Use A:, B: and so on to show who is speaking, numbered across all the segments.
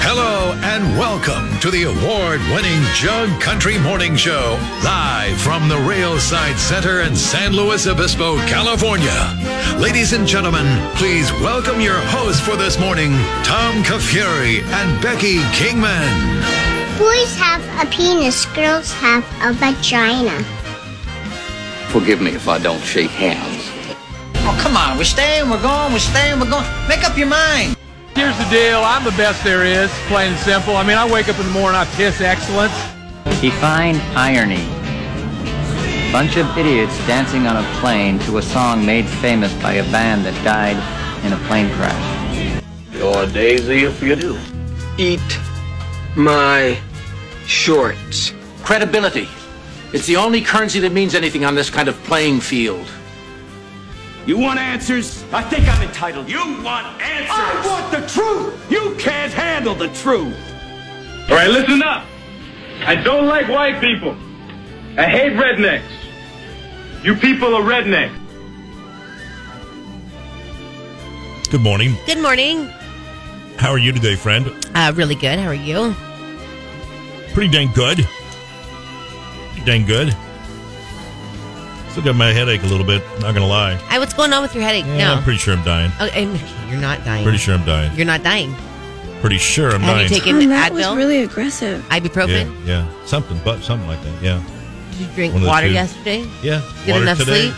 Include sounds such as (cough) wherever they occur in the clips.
A: Hello and welcome to the award winning Jug Country Morning Show, live from the Railside Center in San Luis Obispo, California. Ladies and gentlemen, please welcome your hosts for this morning, Tom Kafuri and Becky Kingman.
B: Boys have a penis, girls have a vagina.
C: Forgive me if I don't shake hands.
D: Oh, come on. We're staying, we're going, we're staying, we're going. Make up your mind.
E: Here's the deal. I'm the best there is, plain and simple. I mean, I wake up in the morning, I piss excellence.
D: Define irony. Bunch of idiots dancing on a plane to a song made famous by a band that died in a plane crash.
C: You're a daisy if you do.
F: eat my shorts.
C: Credibility. It's the only currency that means anything on this kind of playing field.
G: You want answers? I think I'm entitled. You want answers? I want the truth. You can't handle the truth. All right, listen up. I don't like white people. I hate rednecks. You people are rednecks.
H: Good morning.
I: Good morning.
H: How are you today, friend?
I: Uh, really good. How are you?
H: Pretty dang good. Pretty dang good. Still got my headache a little bit. Not gonna lie.
I: I, what's going on with your headache?
H: Yeah,
I: no.
H: I'm pretty sure I'm dying.
I: Oh, and (laughs) you're not dying.
H: Pretty sure I'm dying.
I: You're not dying.
H: Pretty sure I'm
I: Have you
H: dying.
I: taken
J: Oh, that was
I: Advil?
J: really aggressive.
I: ibuprofen?
H: yeah, yeah, something, but something like that. Yeah,
I: Did you drink
H: One of the
I: water
H: two.
I: yesterday?
H: yeah.
I: Get
H: Water
I: enough
H: today.
I: sleep?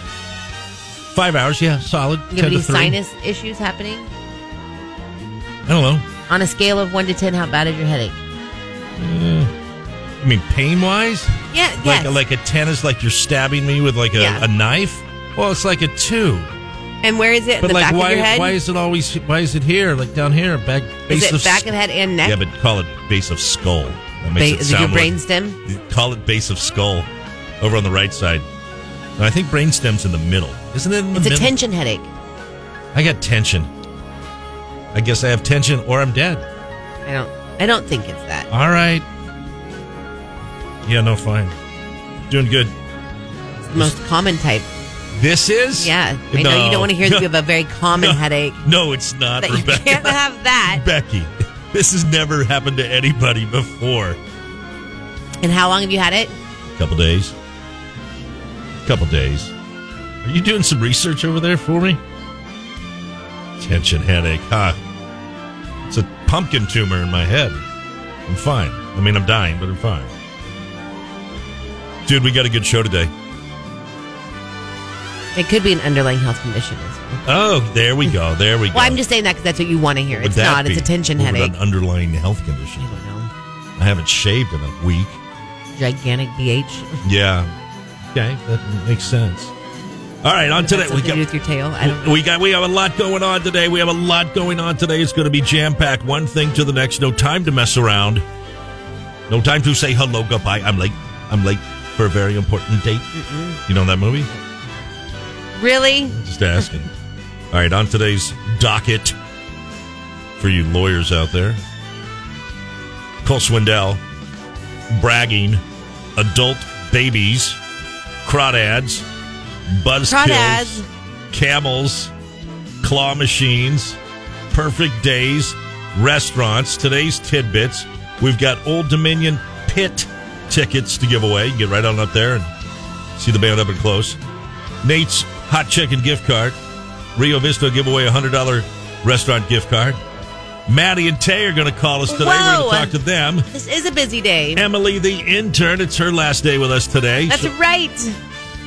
H: Five hours. Yeah, solid. 10
I: You have any
H: to three.
I: sinus issues happening?
H: I don't know.
I: On a scale of one to ten, how bad is your headache?
H: I Mm. mean, pain wise,
I: Yeah,
H: like
I: yes.
H: like a ten is like you're stabbing me with like a,
I: Yeah.
H: a knife. Well, it's like a two.
I: and where is it?
H: But
I: the
H: like,
I: back of
H: why
I: your head?
H: why is it always why is it here? Like down here, back base
I: is
H: of
I: it back
H: s-
I: of head and neck?
H: Yeah, but call it base of skull. That
I: Ba-
H: makes it
I: is it your
H: sound like-
I: brainstem?
H: Call it base of skull over on the right side. And I think brainstem's in the middle. Isn't it in the
I: It's a
H: middle?
I: tension headache.
H: I got tension. I guess I have tension or I'm dead.
I: I don't. I don't think it's that.
H: All right. Yeah, no, fine. Doing good.
I: It's the most common type.
H: This is?
I: Yeah. I know you don't want to hear that you have a very
H: (laughs)
I: common
H: No.
I: headache.
H: No, it's not,
I: That you
H: Rebecca. (laughs)
I: can't have that.
H: Becky, this has never happened to anybody before.
I: And how long have you had it?
H: Couple days. Couple days. Are you doing some research over there for me? Tension headache, huh? It's a pumpkin tumor in my head. I'm fine. I mean, I'm dying, but I'm fine. Dude, we got a good show today.
I: It could be an underlying health condition. as well.
H: Oh, there we go. There we go.
I: Well, I'm just saying that because that's what you want to hear.
H: Would
I: It's
H: that
I: not. It's
H: be-
I: a tension
H: what would
I: headache.
H: An underlying health condition.
I: I don't know.
H: I haven't shaved in a week.
I: Gigantic BH.
H: Yeah. Okay, that makes sense. All right, on today
I: Something
H: we
I: to do
H: got
I: with your tail. I don't know.
H: We got we have a lot going on today. We have a lot going on today. It's going to be jam packed. One thing to the next. No time to mess around. No time to say hello, goodbye. I'm late. I'm late for a very important date. You know that movie?
I: Really?
H: Just asking. All right, on today's docket for you lawyers out there, Cole Swindell bragging, adult babies, crawdads, buzz
I: Crawdads.
H: camels, claw machines, perfect days, restaurants. Today's tidbits. We've got Old Dominion pit tickets to give away. You can get right on up there and see the band up and close. Nate's hot chicken gift card. Rio Vista give away a hundred dollar restaurant gift card. Maddie and Tay are going to call us today. We're
I: Whoa.
H: going to talk to them.
I: This is a busy day.
H: Emily, the intern, it's her last day with us today.
I: That's right.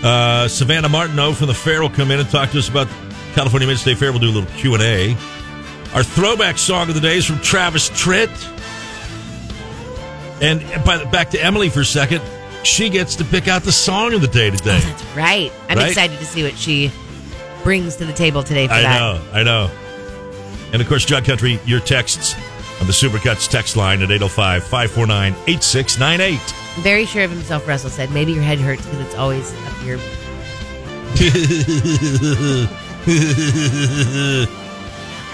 H: Uh, Savannah Martineau from the Fair will come in and talk to us about California Mid State Fair. We'll do a little Q and A. Our throwback song of the day is from Travis Tritt. And by, back to Emily for a second. She gets to pick out the song of the day today.
I: (laughs) That's right. I'm
H: Right?
I: excited to see what she brings to the table today for
H: I
I: that.
H: know, I know. And of course, Jug Country, your texts on the Supercuts text line at 805 549 (laughs) 8698.
I: Very sure of himself, Russell said. Maybe your head hurts because it's always up your.
H: you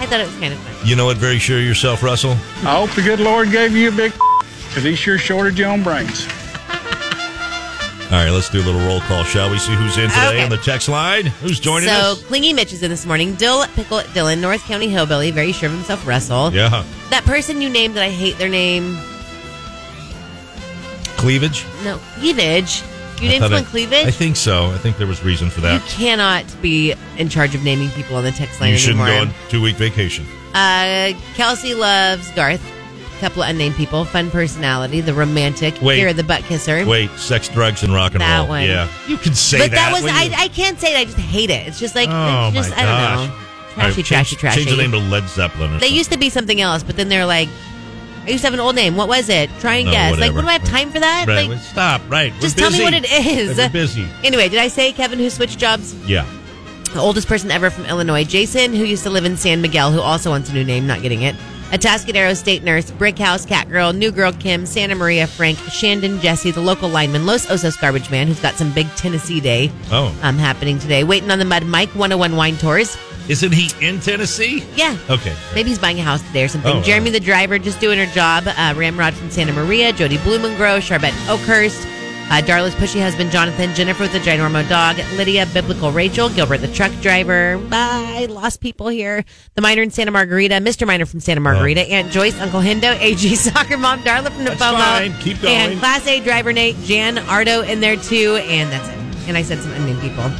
I: I thought it was kind of fun.
H: know what? Very sure of yourself, Russell.
J: I hope the good Lord gave you a big (laughs) because he sure shorted your own brains.
H: All right, let's do a little roll call, shall we? See who's in today
I: Okay.
H: on the text line. Who's joining
I: so,
H: us?
I: Clingy Mitch is in this morning. Dill, Pickle, Dylan, North County Hillbilly, very sure of himself, Russell.
H: Yeah,
I: That person you named that I hate their name.
H: cleavage.
I: No, cleavage.
H: I
I: You named
H: thought I-
I: someone cleavage?
H: I think so. I think there was reason for
I: you
H: that.
I: cannot be in charge of naming people on the text line
H: You shouldn't
I: anymore.
H: go on two week vacation.
I: Uh, Kelsey loves Garth. Couple of unnamed people. Fun personality. The romantic.
H: Wait.
I: Here, the butt kisser.
H: Wait, sex, drugs, and rock and
I: That
H: roll.
I: one.
H: Yeah, you can say
I: but
H: that.
I: that was
H: when you-
I: I, I can't say it. I just hate it. It's just like
H: oh
I: it's just
H: my
I: I
H: gosh.
I: don't know.
H: All right,
I: Trashy,
H: change,
I: trashy, trashy.
H: Change the name to Led Zeppelin. Or
I: they
H: something.
I: used to be something else, but then they're like, I used to have an old name. What was it? Try and
H: No,
I: guess.
H: whatever.
I: Like, what do I have time for that?
H: Right,
I: Like,
H: stop. Right, we're
I: just tell me
H: busy.
I: what it is.
H: We're busy.
I: Anyway, did I say Kevin who switched jobs?
H: Yeah.
I: The oldest person ever from Illinois, Jason, who used to live in San Miguel, who also wants a new name, not getting it. Atascadero State Nurse, Brick House, Cat Girl, New Girl Kim, Santa Maria Frank, Shandon Jesse, the local lineman, Los Osos Garbage Man, who's got some big Tennessee day
H: Oh.
I: um, happening today. Waiting on the Mud Mike, 101 Wine Tours.
H: Isn't he in Tennessee?
I: Yeah.
H: Okay.
I: Maybe he's buying a house today or something.
H: Oh,
I: Jeremy the driver just doing her job. Uh, Ramrod from Santa Maria, Jody Blumengrow, Charbette Oakhurst, uh, Darla's pushy husband Jonathan, Jennifer with the ginormo dog, Lydia, Biblical Rachel, Gilbert the truck driver. Bye. Lost people here. The miner in Santa Margarita, Mr. Miner from
H: Oh.
I: Santa Margarita, Aunt Joyce, Uncle Hendo, (laughs) AG soccer mom, Darla from
H: That's
I: Napomo.
H: fine. Keep going.
I: And Class A driver Nate, Jan Ardo in there too. And that's it. And I said some unnamed people. All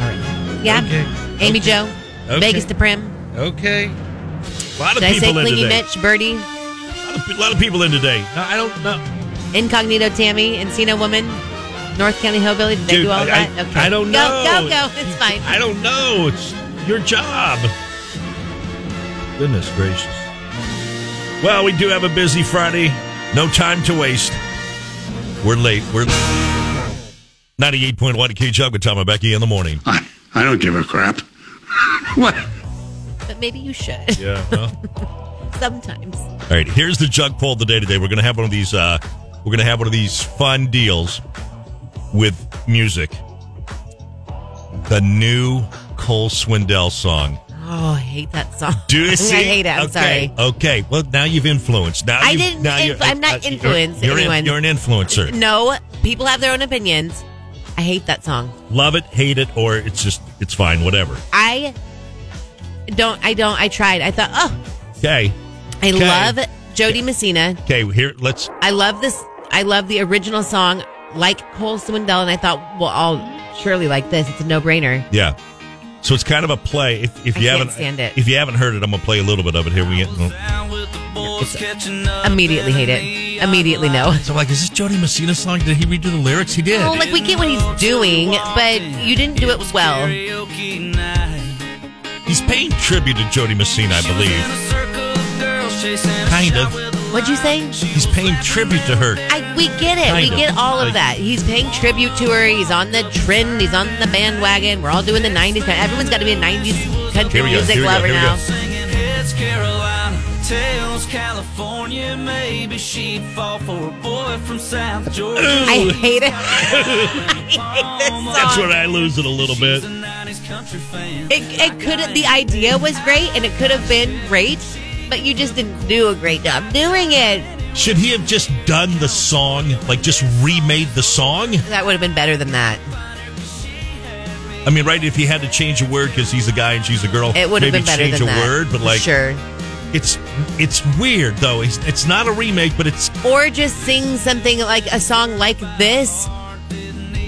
I: right. Yeah.
H: Okay.
I: Amy
H: Okay.
I: Jo,
H: Okay.
I: Vegas to Prim.
H: Okay. A lot of
I: Did I say
H: people in
I: Clingy
H: today.
I: Mitch, Birdie,
H: A, lot of, a lot of people in today. No, I don't know.
I: Incognito Tammy, Encino Woman, North County Hillbilly? Did they
H: Dude,
I: do all
H: I,
I: that?
H: I, I don't know.
I: Go, go, go.
H: (laughs)
I: It's fine.
H: I don't know. It's your job. Goodness gracious. Well, we do have a busy Friday. No time to waste. We're late. We're 98.1 K Chubb with Tom and Becky in the morning.
G: I, I don't give a crap. what?
I: But maybe you
H: (laughs)
I: should
H: Yeah. well.
I: (laughs) sometimes.
H: All right, here's the jug poll of the day today. We're gonna have one of these. Uh, we're gonna have one of these fun deals with music. The new Cole Swindell song.
I: Oh, I hate that song.
H: Do you
I: (laughs) I
H: see?
I: hate it. I'm
H: okay.
I: sorry.
H: Okay. Well, now you've influenced. Now
I: I
H: you've-
I: didn't
H: Now
I: influ- I'm not
H: you're-
I: influenced
H: You're,
I: anyone.
H: you're an influencer.
I: No, people have their own opinions. I hate that song.
H: Love it, hate it, or it's just it's fine. Whatever.
I: I don't. I don't. I tried. I thought, oh,
H: Okay.
I: I
H: Okay.
I: love Jody Messina.
H: Okay. Here, let's.
I: I love this. I love the original song, like Cole Swindell, and I thought, well, I'll surely like this. It's a no-brainer.
H: Yeah. So it's kind of a play. If, if
I: I
H: you
I: can't
H: haven't
I: stand it.
H: if you haven't heard it, I'm gonna play a little bit of it. Here we get.
I: Immediately hate it. Immediately no.
H: So I'm like, is this Jody Messina song? Did he redo the lyrics? He did.
I: (laughs) Well, like we get what he's doing, but you didn't do it well.
H: He's paying tribute to Jody Messina, I believe. Kind of.
I: What'd you say?
H: He's paying tribute to her.
I: I we get it.
H: Kind
I: we
H: of.
I: get all
H: Like-
I: of that. He's paying tribute to her. He's on the trend. He's on the bandwagon. We're all doing the '90s. kind- Everyone's got to be a '90s country
H: Here we go,
I: music
H: here we go,
I: lover
H: here we
I: now.
H: go.
I: I hate it. (laughs) I hate this
H: (laughs)
I: song.
H: That's where I lose it a little bit.
I: It, it could the idea was great and it could have been great, but you just didn't do a great job doing it.
H: Should he have just done the song, like just remade the song?
I: That would have been better than that.
H: I mean, right? If he had to change a word because he's a guy and she's a girl,
I: It would have
H: maybe
I: been better
H: change
I: than
H: a
I: that.
H: word. But like,
I: sure.
H: it's it's weird though. It's, it's not a remake, but it's
I: or just sing something like a song like this.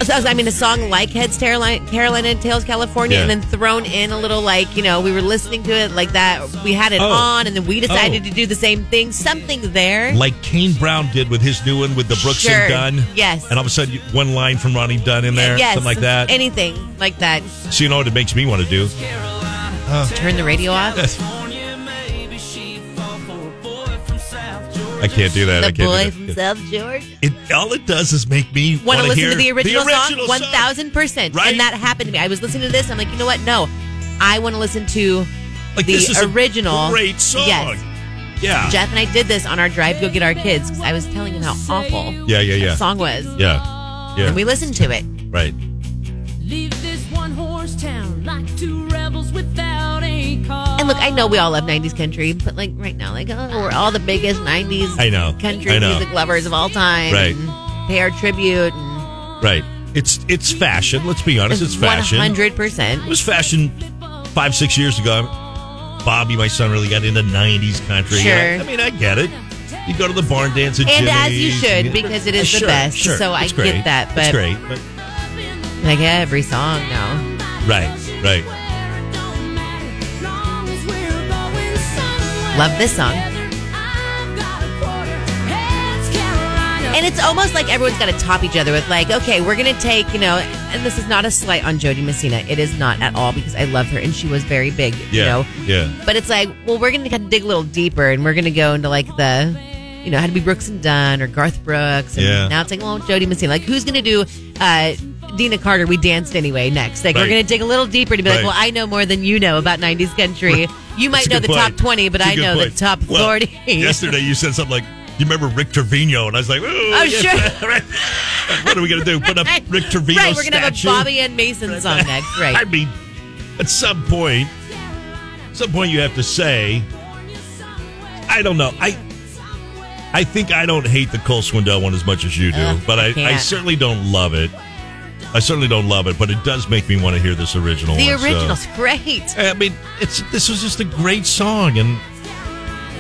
I: So- I mean, a song like Heads Carolina, Carolina and Tails California,
H: Yeah.
I: and then thrown in a little like you know we were listening to it like that. We had it
H: Oh.
I: on, and then we decided
H: Oh.
I: to do the same thing. Something there.
H: like Kane Brown did with his new one with the Brooks
I: Sure.
H: and Dunn.
I: Yes.
H: And all of a sudden, you- one line from Ronnie Dunn in there,
I: yes,
H: something like that.
I: Anything like that.
H: so you know what it makes me want to do?
I: Turn the radio off.
H: I can't do that. I
I: the
H: can't
I: boy
H: do
I: from
H: that.
I: South Georgia.
H: It, all it does is make me
I: Want to listen
H: hear
I: to the original, song? One thousand percent.
H: Right?
I: And that happened to me. I was listening to this. I'm like, you know what? No, I want to listen to
H: Like,
I: the
H: this is a
I: original.
H: great song.
I: Yes.
H: Yeah.
I: Jeff and I did this on our drive to go get our kids because I was telling him how awful
H: yeah, yeah,
I: the
H: yeah.
I: song was.
H: Yeah. Yeah.
I: And we listened to it.
H: right.
K: Leave this one horse town like two rebels without a cause.
I: And look, I know we all love 90s country, but like right now, like, oh, we're all the biggest 90s
H: I know.
I: country
H: I know.
I: music lovers of all time.
H: Right.
I: And pay our tribute. And
H: Right. It's it's fashion. Let's be honest. It's fashion.
I: 100%.
H: It was fashion five six years ago. Bobby, my son, really got into '90s country.
I: Sure.
H: And I, I mean, I get it. You go to the barn dance at
I: And
H: Jimmy's,
I: as you should,
H: and- Uh,
I: because it is the
H: Sure,
I: best,
H: sure.
I: so I
H: It's great.
I: get that,
H: it's
I: but-
H: great. But,
I: like every song now.
H: right, right.
I: Love this song. And it's almost like everyone's got to top each other with, like, okay, we're going to take, you know, and this is not a slight on Jody Messina. It is not at all because I love her and she was very big, you know.
H: Yeah, yeah.
I: But it's like, well, we're going to kind of dig a little deeper and we're going to go into like the, you know, how to be Brooks and Dunn or Garth Brooks. And
L: Yeah.
I: now it's like, well, Jody Messina. Like, who's going to do uh, Dina Carter, We Danced Anyway next? Like, we're
L: Right.
I: going to dig a little deeper to be
L: Right.
I: like, well, I know more than you know about 90s country. You might
H: It's a
I: know
H: good
I: the
H: point.
I: top 20, but
H: It's a
I: I
H: good
I: know
H: point.
I: the top
H: Well,
I: 40.
H: yesterday, you said something like, "You remember Rick Trevino?" And I was like, "Oh,
I: Oh,
H: yes,
I: sure.
H: (laughs) right. What are we gonna do? Put up Rick Trevino
I: (laughs) right, we're gonna have a
H: statue?
I: Bobby and Mason song
H: (laughs)
I: next, right?
H: I mean, at some point, at some point, you have to say, I don't know. I I think I don't hate the Cole Swindell one as much as you do,
M: Ugh,
H: but
M: I
H: I, I,
M: can't.
H: certainly don't love it. I certainly don't love it, but it does make me want to hear this original.
I: The
H: one, so-
I: original's
H: (laughs)
I: great.
H: I mean, it's this was just a great song, and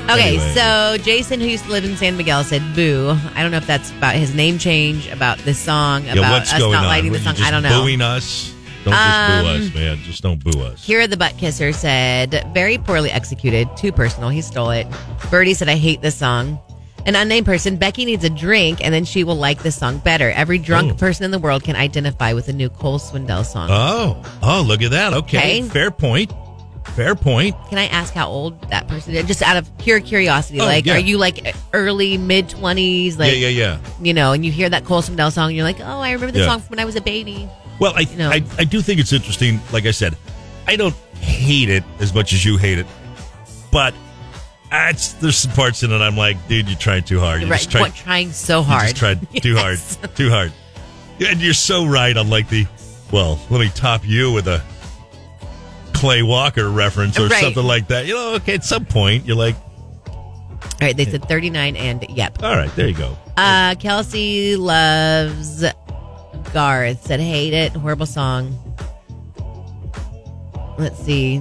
I: Okay,
H: Anyway.
I: so Jason, who used to live in San Miguel, said "boo." I don't know if that's about his name change, about this song,
H: yeah,
I: about
H: what's
I: us
H: going
I: not
H: on?
I: liking
H: Were
I: the
H: you
I: song.
H: just
I: I don't know.
H: Booing us? Don't
I: Um,
H: just boo us, man. Just don't boo us.
I: Kira the Butt Kisser said, very poorly executed, too personal. He stole it. Birdie said, I hate this song. An unnamed person, Becky needs a drink and then she will like this song better. Every drunk
H: Oh.
I: person in the world can identify with the new Cole Swindell song.
H: Oh, oh, look at that. Okay,
I: Okay.
H: fair point. Fair point.
I: Can I ask how old that person is? Just out of pure curiosity.
H: Oh,
I: like,
H: yeah.
I: are you like early, mid 20s? Like,
H: yeah, yeah, yeah.
I: You know, and you hear that Cole Swindell song and you're like, oh, I remember the
H: Yeah.
I: song from when I was a baby.
H: Well, I, I I do think it's interesting. Like I said, I don't hate it as much as you hate it, but uh, it's, there's some parts in it I'm like, dude, you're trying too hard. You're
I: right.
H: just trying,
I: what, trying so
H: You
I: hard.
H: just
I: (laughs)
H: tried too hard, too hard. And you're so right on like the, well, let me top you with a Clay Walker reference or
I: Right.
H: something like that. You know, okay, at some point you're like,
I: All right. They said 39 and yep.
H: all right, there you go.
I: Uh, Kelsey loves Garth. Said hate it. Horrible song. Let's see.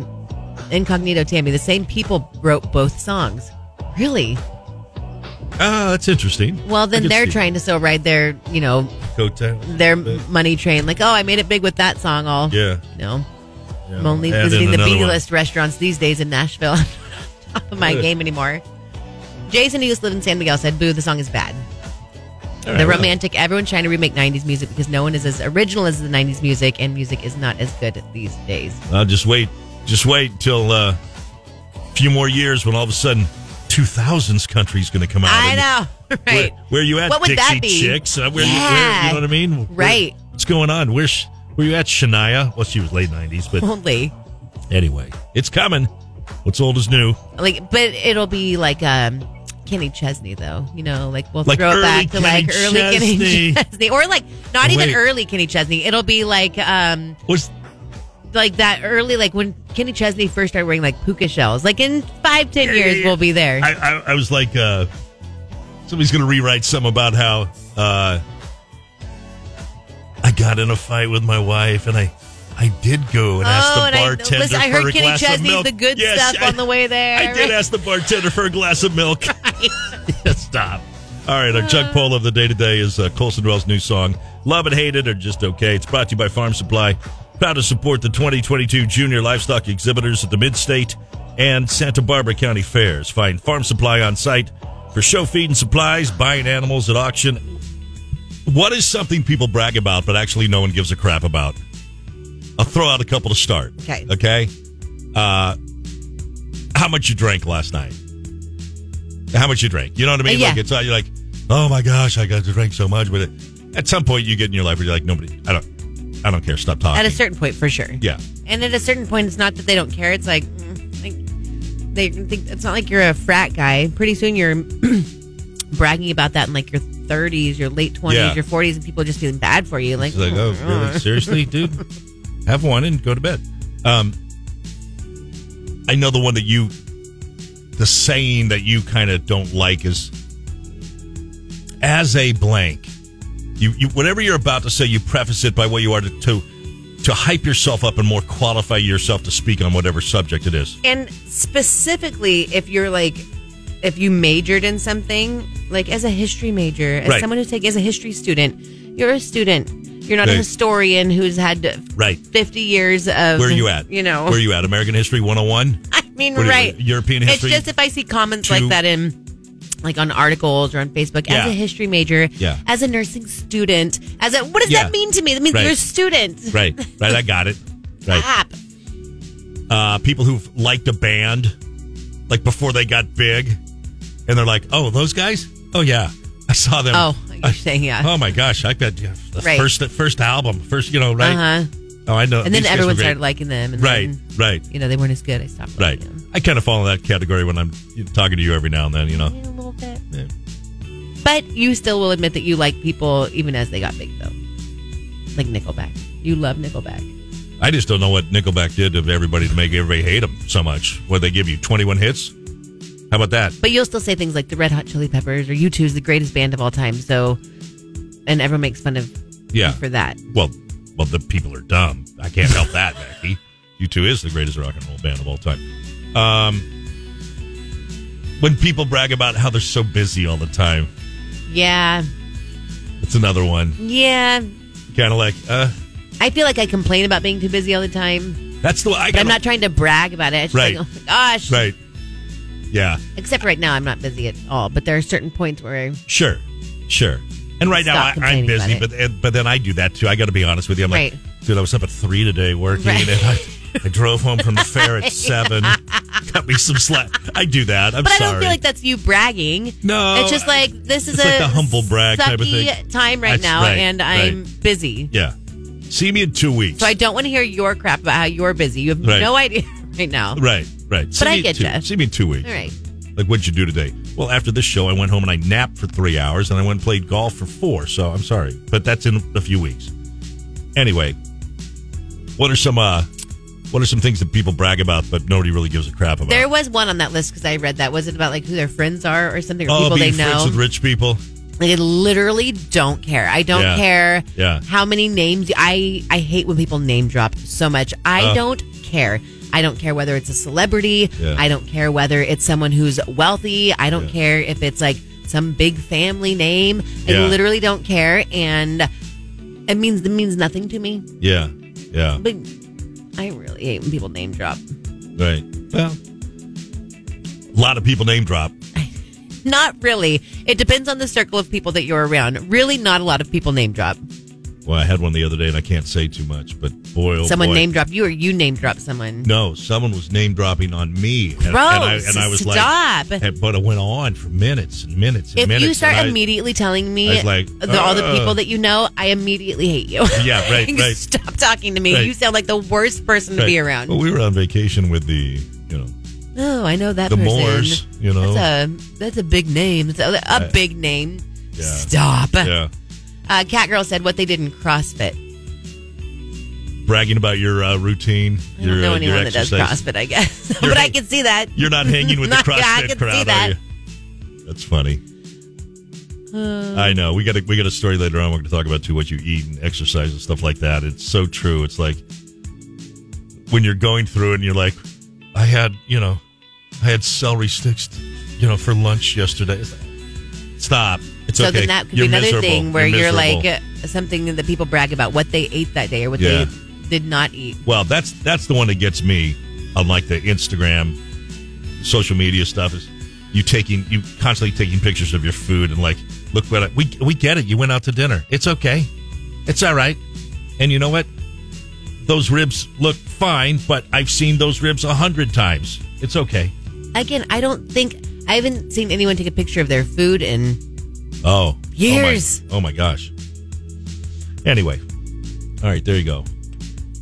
I: Incognito Tammy. The same people wrote both songs. Really?
H: Ah, that's interesting.
I: Well,
H: I
I: then
H: can
I: they're
H: see
I: trying to so ride their, you know,
H: Coattail.
I: their money train. Like, oh, I made it big with that song. All
H: Yeah.
I: No.
H: Yeah.
I: I'm only
H: Add in
I: visiting the
H: another
I: B
H: one.
I: list restaurants these days in Nashville. (laughs) I'm not on top of my
L: Good.
I: game anymore. Jason, who used to live in San Miguel, said, Boo, the song is bad.
L: All right,
I: the
L: well.
I: romantic, everyone's trying to remake 90s music because no one is as original as the 90s music, and music is not as good these days.
H: I'll just wait. Just wait till uh, a few more years when all of a sudden 2000s country's going to come out.
I: I
H: And
I: know, (laughs) right?
H: Where, where you at,
I: What would
H: Dixie
I: that be?
H: Chicks? Uh, where, where,
I: Yeah.
H: you know what I mean? Where-
I: Right.
H: what's going on? Where's where you at, Shania? Well, she was late 90s, but
I: Only.
H: anyway, it's coming. What's old is new.
I: Like, but it'll be like um, Kenny Chesney, though. You know, like we'll
H: Like
I: throw
H: early
I: it back to like
H: Kenny
I: early
H: Chesney.
I: Kenny (laughs) Chesney, or like not even
H: Wait.
I: early Kenny Chesney. It'll be like um,
H: Was
I: like that early, like when Kenny Chesney first started wearing like puka shells. Like in five, ten years, we'll be there.
H: I, I, I was like, uh, somebody's going to rewrite some about how uh, I got in a fight with my wife and I, I did go and ask the bartender
I: Oh, I, listen, I
H: for
I: heard
H: a
I: Kenny
H: glass of
I: Chesney's
H: milk.
I: the good
H: Yes,
I: stuff
H: I,
I: on the way there.
H: I did ask the bartender for a glass of milk. Stop. All right, our Chuck poll of the day today is uh, Colson Wells' new song, Love It, Hate It, or Just Okay. It's brought to you by Farm Supply. Proud to support the 2022 Junior Livestock Exhibitors at the Midstate and Santa Barbara County Fairs. Find Farm Supply on site for show feed and supplies, buying animals at auction. What is something people brag about, but actually no one gives a crap about? I'll throw out a couple to start.
I: Okay.
H: Okay. Uh, how much you drank last night? How much you drank? You know what I mean?
M: Uh, yeah.
H: Like it's all you're like, oh my gosh, I got to drink so much. But it- at some point, you get in your life where you're like, nobody, I don't, I don't care. Stop talking.
I: At a certain point, for sure.
H: yeah.
I: And at a certain point, it's not that they don't care. It's like, mm, like, they think it's not like you're a frat guy. Pretty soon, you're (clears throat) bragging about that in like your 30s, your late 20s,
H: Yeah.
I: your 40s, and people are just feeling bad for you. Like,
H: She's like, oh, really? Seriously, dude? Have one and go to bed. Um, I know the one that you, the saying that you kind of don't like is, as a blank, you, you whatever you're about to say, you preface it by what you are to, to to hype yourself up and more qualify yourself to speak on whatever subject it is.
I: And specifically, if you're like, if you majored in something, like as a history major, as
H: Right.
I: someone who's taking, as a history student, you're a student. You're not a
H: Right.
I: historian who's had
H: Right.
I: 50 years of.
H: Where are you at?
I: You know.
H: Where are you at? American History 101?
I: (laughs) I mean,
H: What is it,
I: right.
H: European history?
I: It's just if I see comments like
H: Two-
I: that in. Like on articles or on Facebook,
H: Yeah.
I: as a history major,
H: Yeah.
I: as a nursing student, as a what does
H: Yeah.
I: that mean to me? That means
H: Right.
I: you're a student.
H: Right,
I: (laughs)
H: Um, right. I got it. Right.
I: Stop.
H: Uh, people who've liked a band, like before they got big, and they're like, "Oh, those guys? Oh yeah, I saw them.
I: Oh, you're
H: (laughs)
I: saying yeah.
H: Oh my gosh, I bet yeah, the
I: Right.
H: first first album, first you know right.
I: Uh-huh.
H: Oh, I know.
I: and then
H: These guys were
I: everyone
H: great.
I: started liking them. And
H: Right,
I: then,
H: right,
I: You know, they weren't as good. I stopped. liking
H: right. I kind of fall in that category when I'm talking to you every now and then. You know,
I: them A little bit.
H: Yeah.
I: But you still will admit that you like people even as they got big, though. Like Nickelback. You love Nickelback.
H: I just don't know what Nickelback did to everybody to make everybody hate them so much. What they give you, twenty one hits? How about that?
I: But you'll still say things like the Red Hot Chili Peppers or U2 is the greatest band of all time. So, and everyone makes fun of
H: Yeah.
I: you for that.
H: Well, well, the people are dumb. I can't help that, Becky. You two is the greatest rock and roll band of all time. Um, when people brag about how they're so busy all the time,
I: Yeah.
H: it's another one.
I: Yeah.
H: Kind of like, uh,
I: I feel like I complain about being too busy all the time.
H: that's the way I
I: But
H: got.
I: I'm not trying to brag about it. It's just
H: Right.
I: like, oh my gosh.
H: right. Yeah,
I: Except right now, I'm not busy at all. But there are certain points where
H: sure, sure. And right
I: Stop
H: now I, I'm
I: complaining
H: busy,
I: about
H: but but then I do that too. I got to be honest with you. I'm like, dude, I was up at three today working,
I: Right.
H: and I, I drove home from the fair
I: (laughs)
H: at seven. Got me some slack. I do that. I'm
I: but
H: sorry.
I: I don't feel like that's you bragging.
H: No,
I: it's just like this is
H: it's
I: a
H: like the humble brag type of
I: sucky
H: thing.
I: time right
H: That's
I: now,
H: right,
I: and I'm busy.
H: Yeah. See me in two weeks.
I: So I don't want to hear your crap about how you're busy. You have
H: Right.
I: no (laughs) idea right now.
H: right, right. See
I: I
H: me in
I: get
H: two,
I: ya.
H: See me in two weeks.
I: All right.
H: Like, what'd you do today? Well, after this show, I went home and I napped for three hours and I went and played golf for four. So I'm sorry, but that's in a few weeks. Anyway, what are some, uh, what are some things that people brag about, but nobody really gives a crap about?
I: There was one on that list because I read that. Was it about like who their friends are or something or
H: oh,
I: people they
H: being
I: know?
H: friends with rich people.
I: Like I literally don't care. I don't
H: Yeah.
I: care
H: Yeah.
I: how many names. I I hate when people name drop so much. I
H: Oh.
I: don't care. I don't care whether it's a celebrity.
L: Yeah.
I: I don't care whether it's someone who's wealthy. I don't care if it's like some big family name. I
H: Yeah.
I: literally don't care, and it means it means nothing to me.
H: Yeah, yeah,
I: But I really hate when people name drop.
H: right. Well, a lot of people name drop.
I: Not really. It depends on the circle of people that you're around. Really, not a lot of people name drop.
H: Well, I had one the other day, and I can't say too much, but boy, oh
I: someone
H: boy.
I: name drop you or you name drop someone.
H: No, someone was name dropping on me, and, and I,
I: Gross.
H: and I was
I: Stop.
H: like, and- but it went on for minutes and minutes and
I: If
H: minutes.
I: you start
H: and I-
I: immediately telling
H: I
I: me
H: was like,
I: the, all the
H: uh,
I: people that you know, I immediately hate you.
H: Yeah,
I: (laughs)
H: right, right.
I: Stop talking to me.
H: Right.
I: You sound like the worst person to be
H: Right.
I: around.
H: Well, we were on vacation with the, you
I: (laughs)
H: know,
I: oh, I know that
H: the
I: person.
H: Moors, you know,
I: That's a that's a big name. That's a, a
H: Uh,
I: big name.
H: Yeah.
I: Stop.
H: yeah,
I: Uh, Cat girl said what they did in CrossFit.
H: bragging about your uh, routine.
I: I
H: your,
I: don't know
H: uh, your
I: anyone that does
H: exercise.
I: CrossFit. I guess, (laughs) but I can see that
H: You're not hanging
I: (laughs)
H: with the
I: Yeah, I
H: CrossFit
I: can
H: crowd,
I: see that.
H: are you? That's funny.
I: Uh.
H: I know. We got a, we got a story later on. We're going to talk about too what you eat and exercise and stuff like that. It's so true. It's like when you're going through and you're like, I had you know, I had celery sticks, you know, for lunch yesterday. It's like, Stop. It's
I: so
H: okay.
I: then that could
H: You're
I: be another
H: miserable.
I: thing where you're,
H: miserable.
I: like uh, something that people brag about what they ate that day or what
H: Yeah.
I: they did not eat.
H: Well, that's that's the one that gets me on like the Instagram, social media stuff is you taking you constantly taking pictures of your food and like look what I, we we get it. You went out to dinner. It's okay. It's all right. And you know what? Those ribs look fine, but I've seen those ribs a hundred times. It's okay.
I: Again, I don't think I haven't seen anyone take a picture of their food and
H: Oh, oh my-
I: Years.
H: Oh my, gosh. Anyway, all right, there you go.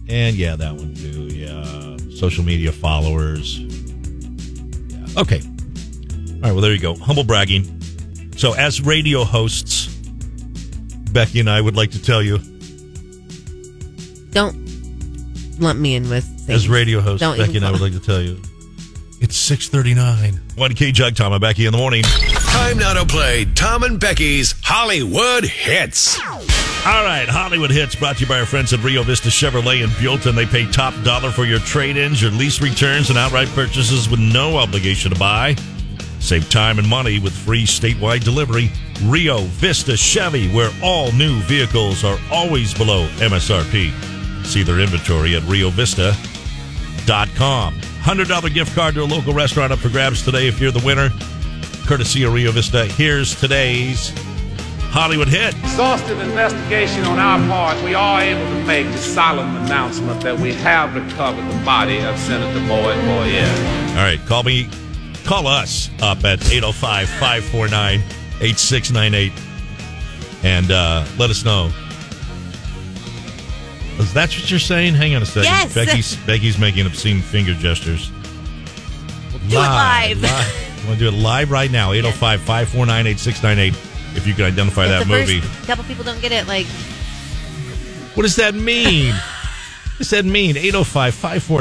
H: And yeah, that one too. Yeah, social media followers. Yeah. Okay. All right. Well, there you go. Humble bragging. So, as radio hosts, Becky and I would like to tell you,
I: don't lump me in with things.
H: as radio hosts,
I: Don't
H: Becky
I: even
H: and I would
I: call-
H: like to tell you, It's 639. 1K Jug, Tom and Becky in the morning.
A: Time now to play Tom and Becky's Hollywood Hits.
H: All right, Hollywood Hits brought to you by our friends at Rio Vista Chevrolet in Buellton. They pay top dollar for your trade-ins, your lease returns, and outright purchases with no obligation to buy. Save time and money with free statewide delivery. Rio Vista Chevy, where all new vehicles are always below MSRP. See their inventory at riovista.com. $100 gift card to a local restaurant up for grabs today if you're the winner. Courtesy of Rio Vista, here's today's Hollywood hit.
L: Exhaustive investigation on our part, we are able to make the solemn announcement that we have recovered the body of Senator Boyd Boyer.
H: All right, call me, call us up at 805 549 8698 and uh, let us know. Is that what you're saying? Hang on a second.
M: Yes.
H: Becky's, Becky's making obscene finger gestures.
M: do it live.
H: live. want to do it live right now? 805 549 8698 if you can identify that
I: the
H: movie.
I: first couple people don't get it. Like,
M: (laughs)
H: oh What does that mean? what does that mean? 805 549